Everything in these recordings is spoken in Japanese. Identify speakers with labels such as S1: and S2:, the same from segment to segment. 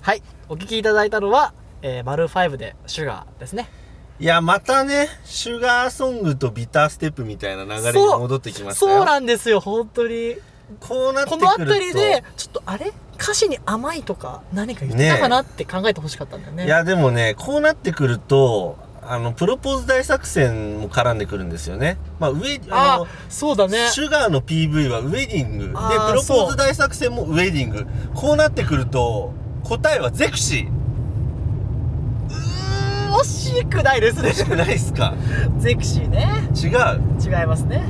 S1: はいお聞きいただいたのは「えー、マルファイブで「シュガーですね
S2: いや、またね、シュガーソングとビターステップみたいな流れに
S1: そう
S2: 戻ってきましたよ。
S1: そうなんですよ本当に
S2: こうなって
S1: こ
S2: くると。
S1: の辺りでちょっとあれ歌詞に甘いとか何か言ってたかなって考えてほしかったんだよね
S2: いや、でもね、こうなってくると、あの、プロポーズ大作戦も絡んでくるんですよね。まあ、上、あ
S1: あ
S2: の、
S1: そうだね
S2: シュガーの PV はウェディング。で、プ
S1: あー
S2: ロポー
S1: そう
S2: ズ大作戦もウェディング。こうなってくると、答えはゼクシ
S1: うーん惜しくないですね
S2: ーじゃないっすか。
S1: ゼクシーね
S2: 違う。
S1: 違いますね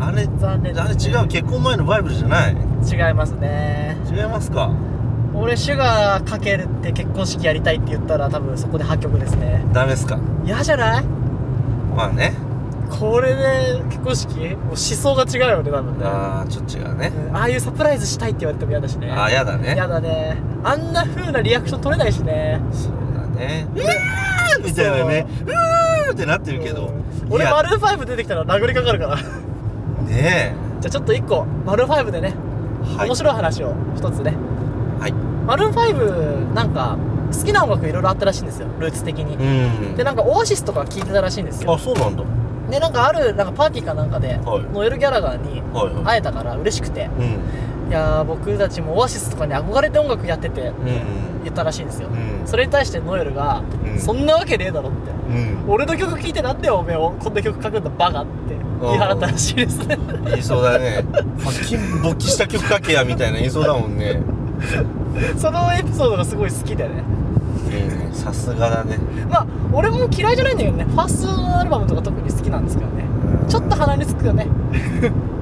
S2: あれ、
S1: 残念
S2: あれ
S1: ですね
S2: 違う。結婚前のバイブルじゃない。
S1: 違いますね
S2: 違いますか。
S1: 俺シュガーかけるって結婚式やりたいって言ったら多分そこで破局ですね
S2: ダメっすか。
S1: 嫌じゃない
S2: まあね。
S1: これで結婚式もう思想が違うよね多分ね
S2: あー、ちょっと違うね。
S1: うんああいうサプライズしたいって言われても嫌だしね
S2: あー、やだね。
S1: 嫌だねあんな風なリアクション取れないしね
S2: そうだね。うわーみたいなね。うわーってなってるけど
S1: う。ん
S2: い
S1: 俺
S2: や
S1: マルーンファイブ出てきたら殴りかかるから じゃ
S2: ね
S1: あちょっと一個マルーンファイブでね、
S2: え。はい
S1: 面。白い話を一つね
S2: はい。
S1: マルーンファイブなんか好きな音楽いろいろあったらしいんですよルーツ的に、
S2: うん。
S1: でなんかオアシスとか聴いてたらしいんですよ
S2: あ、そうなんだ。は
S1: でなんかあるなんかパーティーかなんかで、
S2: はい
S1: ノエル・ギャラガーに
S2: いはい。
S1: 会えたから嬉しくて
S2: うん。
S1: いやー僕たちもオアシスとかに憧れて音楽やってて
S2: うん。
S1: 言ったらしいんですよ、
S2: うん
S1: それに対してノエルが、
S2: うん
S1: そんなわけねえだろ」って
S2: うん
S1: 「俺の曲聴いてなんでおめえをこんな曲書くんだバカ」って言い放ったらしいです ね
S2: 言いそうだね。金勃起した曲かけやみたいな言いそうだもんね。
S1: そのエピソードがすごい好きでね
S2: うんさすがだね。
S1: まあ俺も嫌いじゃないんだけどねファーストのアルバムとか特に好きなんですけどね
S2: うん
S1: ちょっと鼻につくよね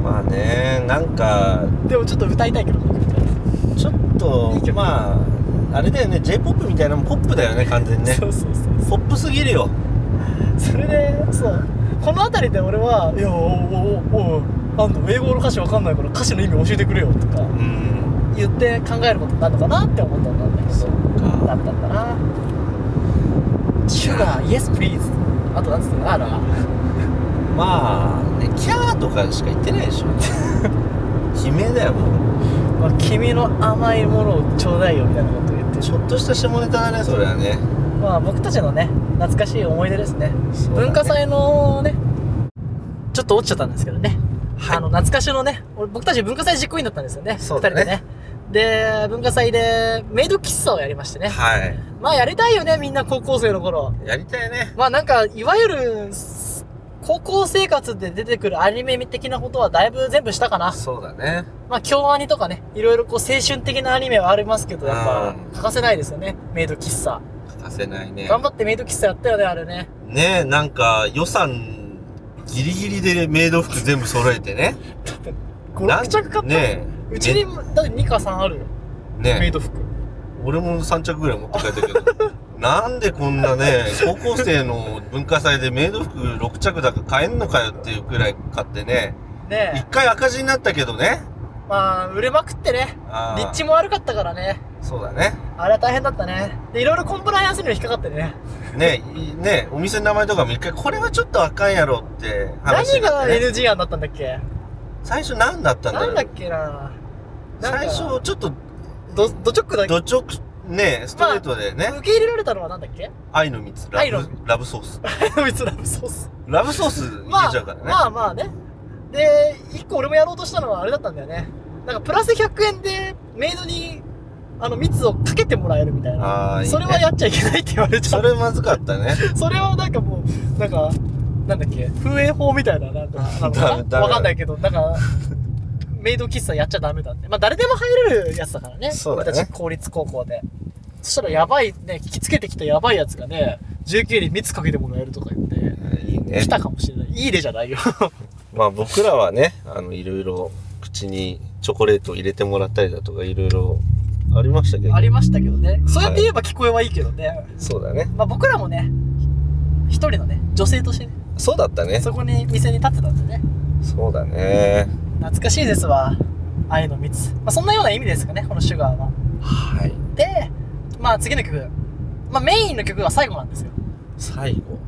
S2: まあね、なんか、
S1: でもちょっと歌いたいけどこの曲
S2: ちょっと
S1: いい、曲
S2: まあ、あれだよね、J-POP みたいなのポップだよね、完全にね
S1: そ。うそうそう
S2: ポップすぎるよ。
S1: それでそうこの辺りで俺は「いやおおおおあんた英語の歌詞わかんないから歌詞の意味教えてくれよ」とか
S2: うん。
S1: 言って考えることになるのかなって思ったんだけ
S2: そ
S1: ど
S2: っ
S1: だ
S2: か。
S1: ったんだな「シュガーイエスプリーズ」あとなんつったのあら
S2: まあ、ね、キャーとかしか言ってないで しょ。悲鳴だよ、もう。
S1: まあ君の甘いものをちょうだいよみたいなことを言って
S2: ちょっとした下ネタだね、それはね。
S1: まあ僕たちのね懐かしい思い出ですね
S2: そうだね
S1: 文化祭のねちょっと落ちちゃったんですけどね、
S2: はい
S1: あの懐かしのね俺僕たち文化祭実行委員だったんですよね
S2: そうだね
S1: 二人でねで文化祭でメイド喫茶をやりましてね、
S2: はい。
S1: まあやりたいよねみんな高校生の頃
S2: やりたいね。
S1: まあなんかいわゆるす高校生活で出てくるアニメ的なことはだいぶ全部したかな
S2: そうだね。
S1: まあ京アニとかねいろいろこう青春的なアニメはありますけどやっぱ
S2: うん
S1: 欠かせないですよねメイド喫茶
S2: 欠かせないね。
S1: 頑張ってメイド喫茶やったよねあれね
S2: ねえ、なんか、予算、ギリギリでメイド服全部揃えてね。
S1: 56着買った
S2: なん
S1: の
S2: ねえ。
S1: うちに
S2: ね
S1: だって2か3あるよメイ
S2: ね
S1: ド服
S2: え。俺も3着ぐらい持って帰ったけど。 なんでこんなね、高校生の文化祭でメイド服6着だか買えんのかよっていうくらい買ってね。一
S1: ね
S2: 回赤字になったけどね。
S1: えまあ売れまくってね
S2: あー
S1: 立地も悪かったからね
S2: そうだね。
S1: あれは大変だったねでいろいろコンプライアンスにも引っかかってね
S2: ねいねお店の名前とかも一回、これはちょっとあかんやろって話
S1: 何
S2: になっ
S1: が
S2: てね
S1: NG 案だったんだっけ
S2: 最初何だったんだ
S1: な
S2: ろ
S1: ん
S2: う
S1: だっけななんか
S2: 最初、ちょっと、
S1: どド直だっけ
S2: ど直、ねストレートでね、
S1: 受け入れられたのはなんだっ け
S2: 愛の蜜、ラ
S1: 愛の
S2: ブ、ラブソース。
S1: 別ラブソース
S2: ラブソース
S1: ま
S2: 入れ
S1: あ
S2: ちゃうからね。
S1: まあまあねで一個俺もやろうとしたのはあれだったんだよねなんかプラス100円でメイドにあの蜜をかけてもらえるみたいな
S2: あーいいね
S1: それはやっちゃいけないって言われちゃ
S2: そうれまずかったね。
S1: それはなんかもう、なんか、なんだっけ、風営法みたいな、なんか、なの
S2: ダ
S1: か
S2: メ
S1: な
S2: ダメ
S1: わかんないけど、なんか、メイド喫茶やっちゃダメだって。まあ誰でも入れるやつだからね。
S2: そうだね
S1: 俺たち公立高校で。そしたらやばいね、聞きつけてきたやばいやつがね、19に蜜かけてもらえるとか言って、
S2: いいね
S1: 来。たかもしれない。いいでじゃないよ。
S2: まあ僕らはね、あの、いろいろ口にチョコレートを入れてもらったりだとか、いろいろありましたけど
S1: あ。りましたけどね。そうやって言えば聞こえはいいけどね。
S2: そうだね。
S1: まあ僕らもね、一人のね、女性としてね、
S2: そうだったね。
S1: そこに店に立ってたんでね。
S2: そうだね。
S1: 懐かしいですわ愛の蜜、まあ、そんなような意味ですかねこの「シュガーは
S2: はい。
S1: でまあ次の曲、まあ、メインの曲が最後なんですよ
S2: 最後。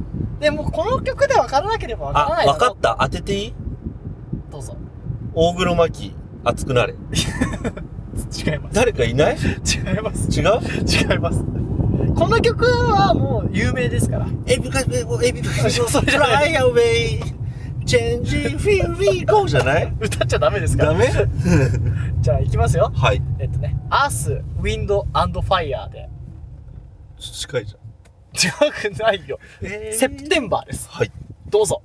S1: でもうこの曲で分からなければ分からな
S2: あ、
S1: い
S2: わか
S1: ろ
S2: った。当てていいう
S1: どうぞ
S2: 大黒摩季熱くなれ
S1: 違いま
S2: 誰かいない
S1: す。違います。
S2: 違う
S1: 違います。この曲はもう有名ですから。
S2: エビカエビエビカ
S1: そうそれじゃ
S2: フ
S1: な
S2: ラ
S1: い
S2: イアウェイチェンジフィーフィーゴーじゃない
S1: 歌っちゃダメですか
S2: ダ
S1: ら。
S2: メ
S1: じゃあ行きますよ。
S2: はい。
S1: えっとね、アース、ウィンド、アンド、ファイアーで。
S2: 近いじゃん。
S1: 違くないよ。セプテンバーです。
S2: はい。
S1: どうぞ。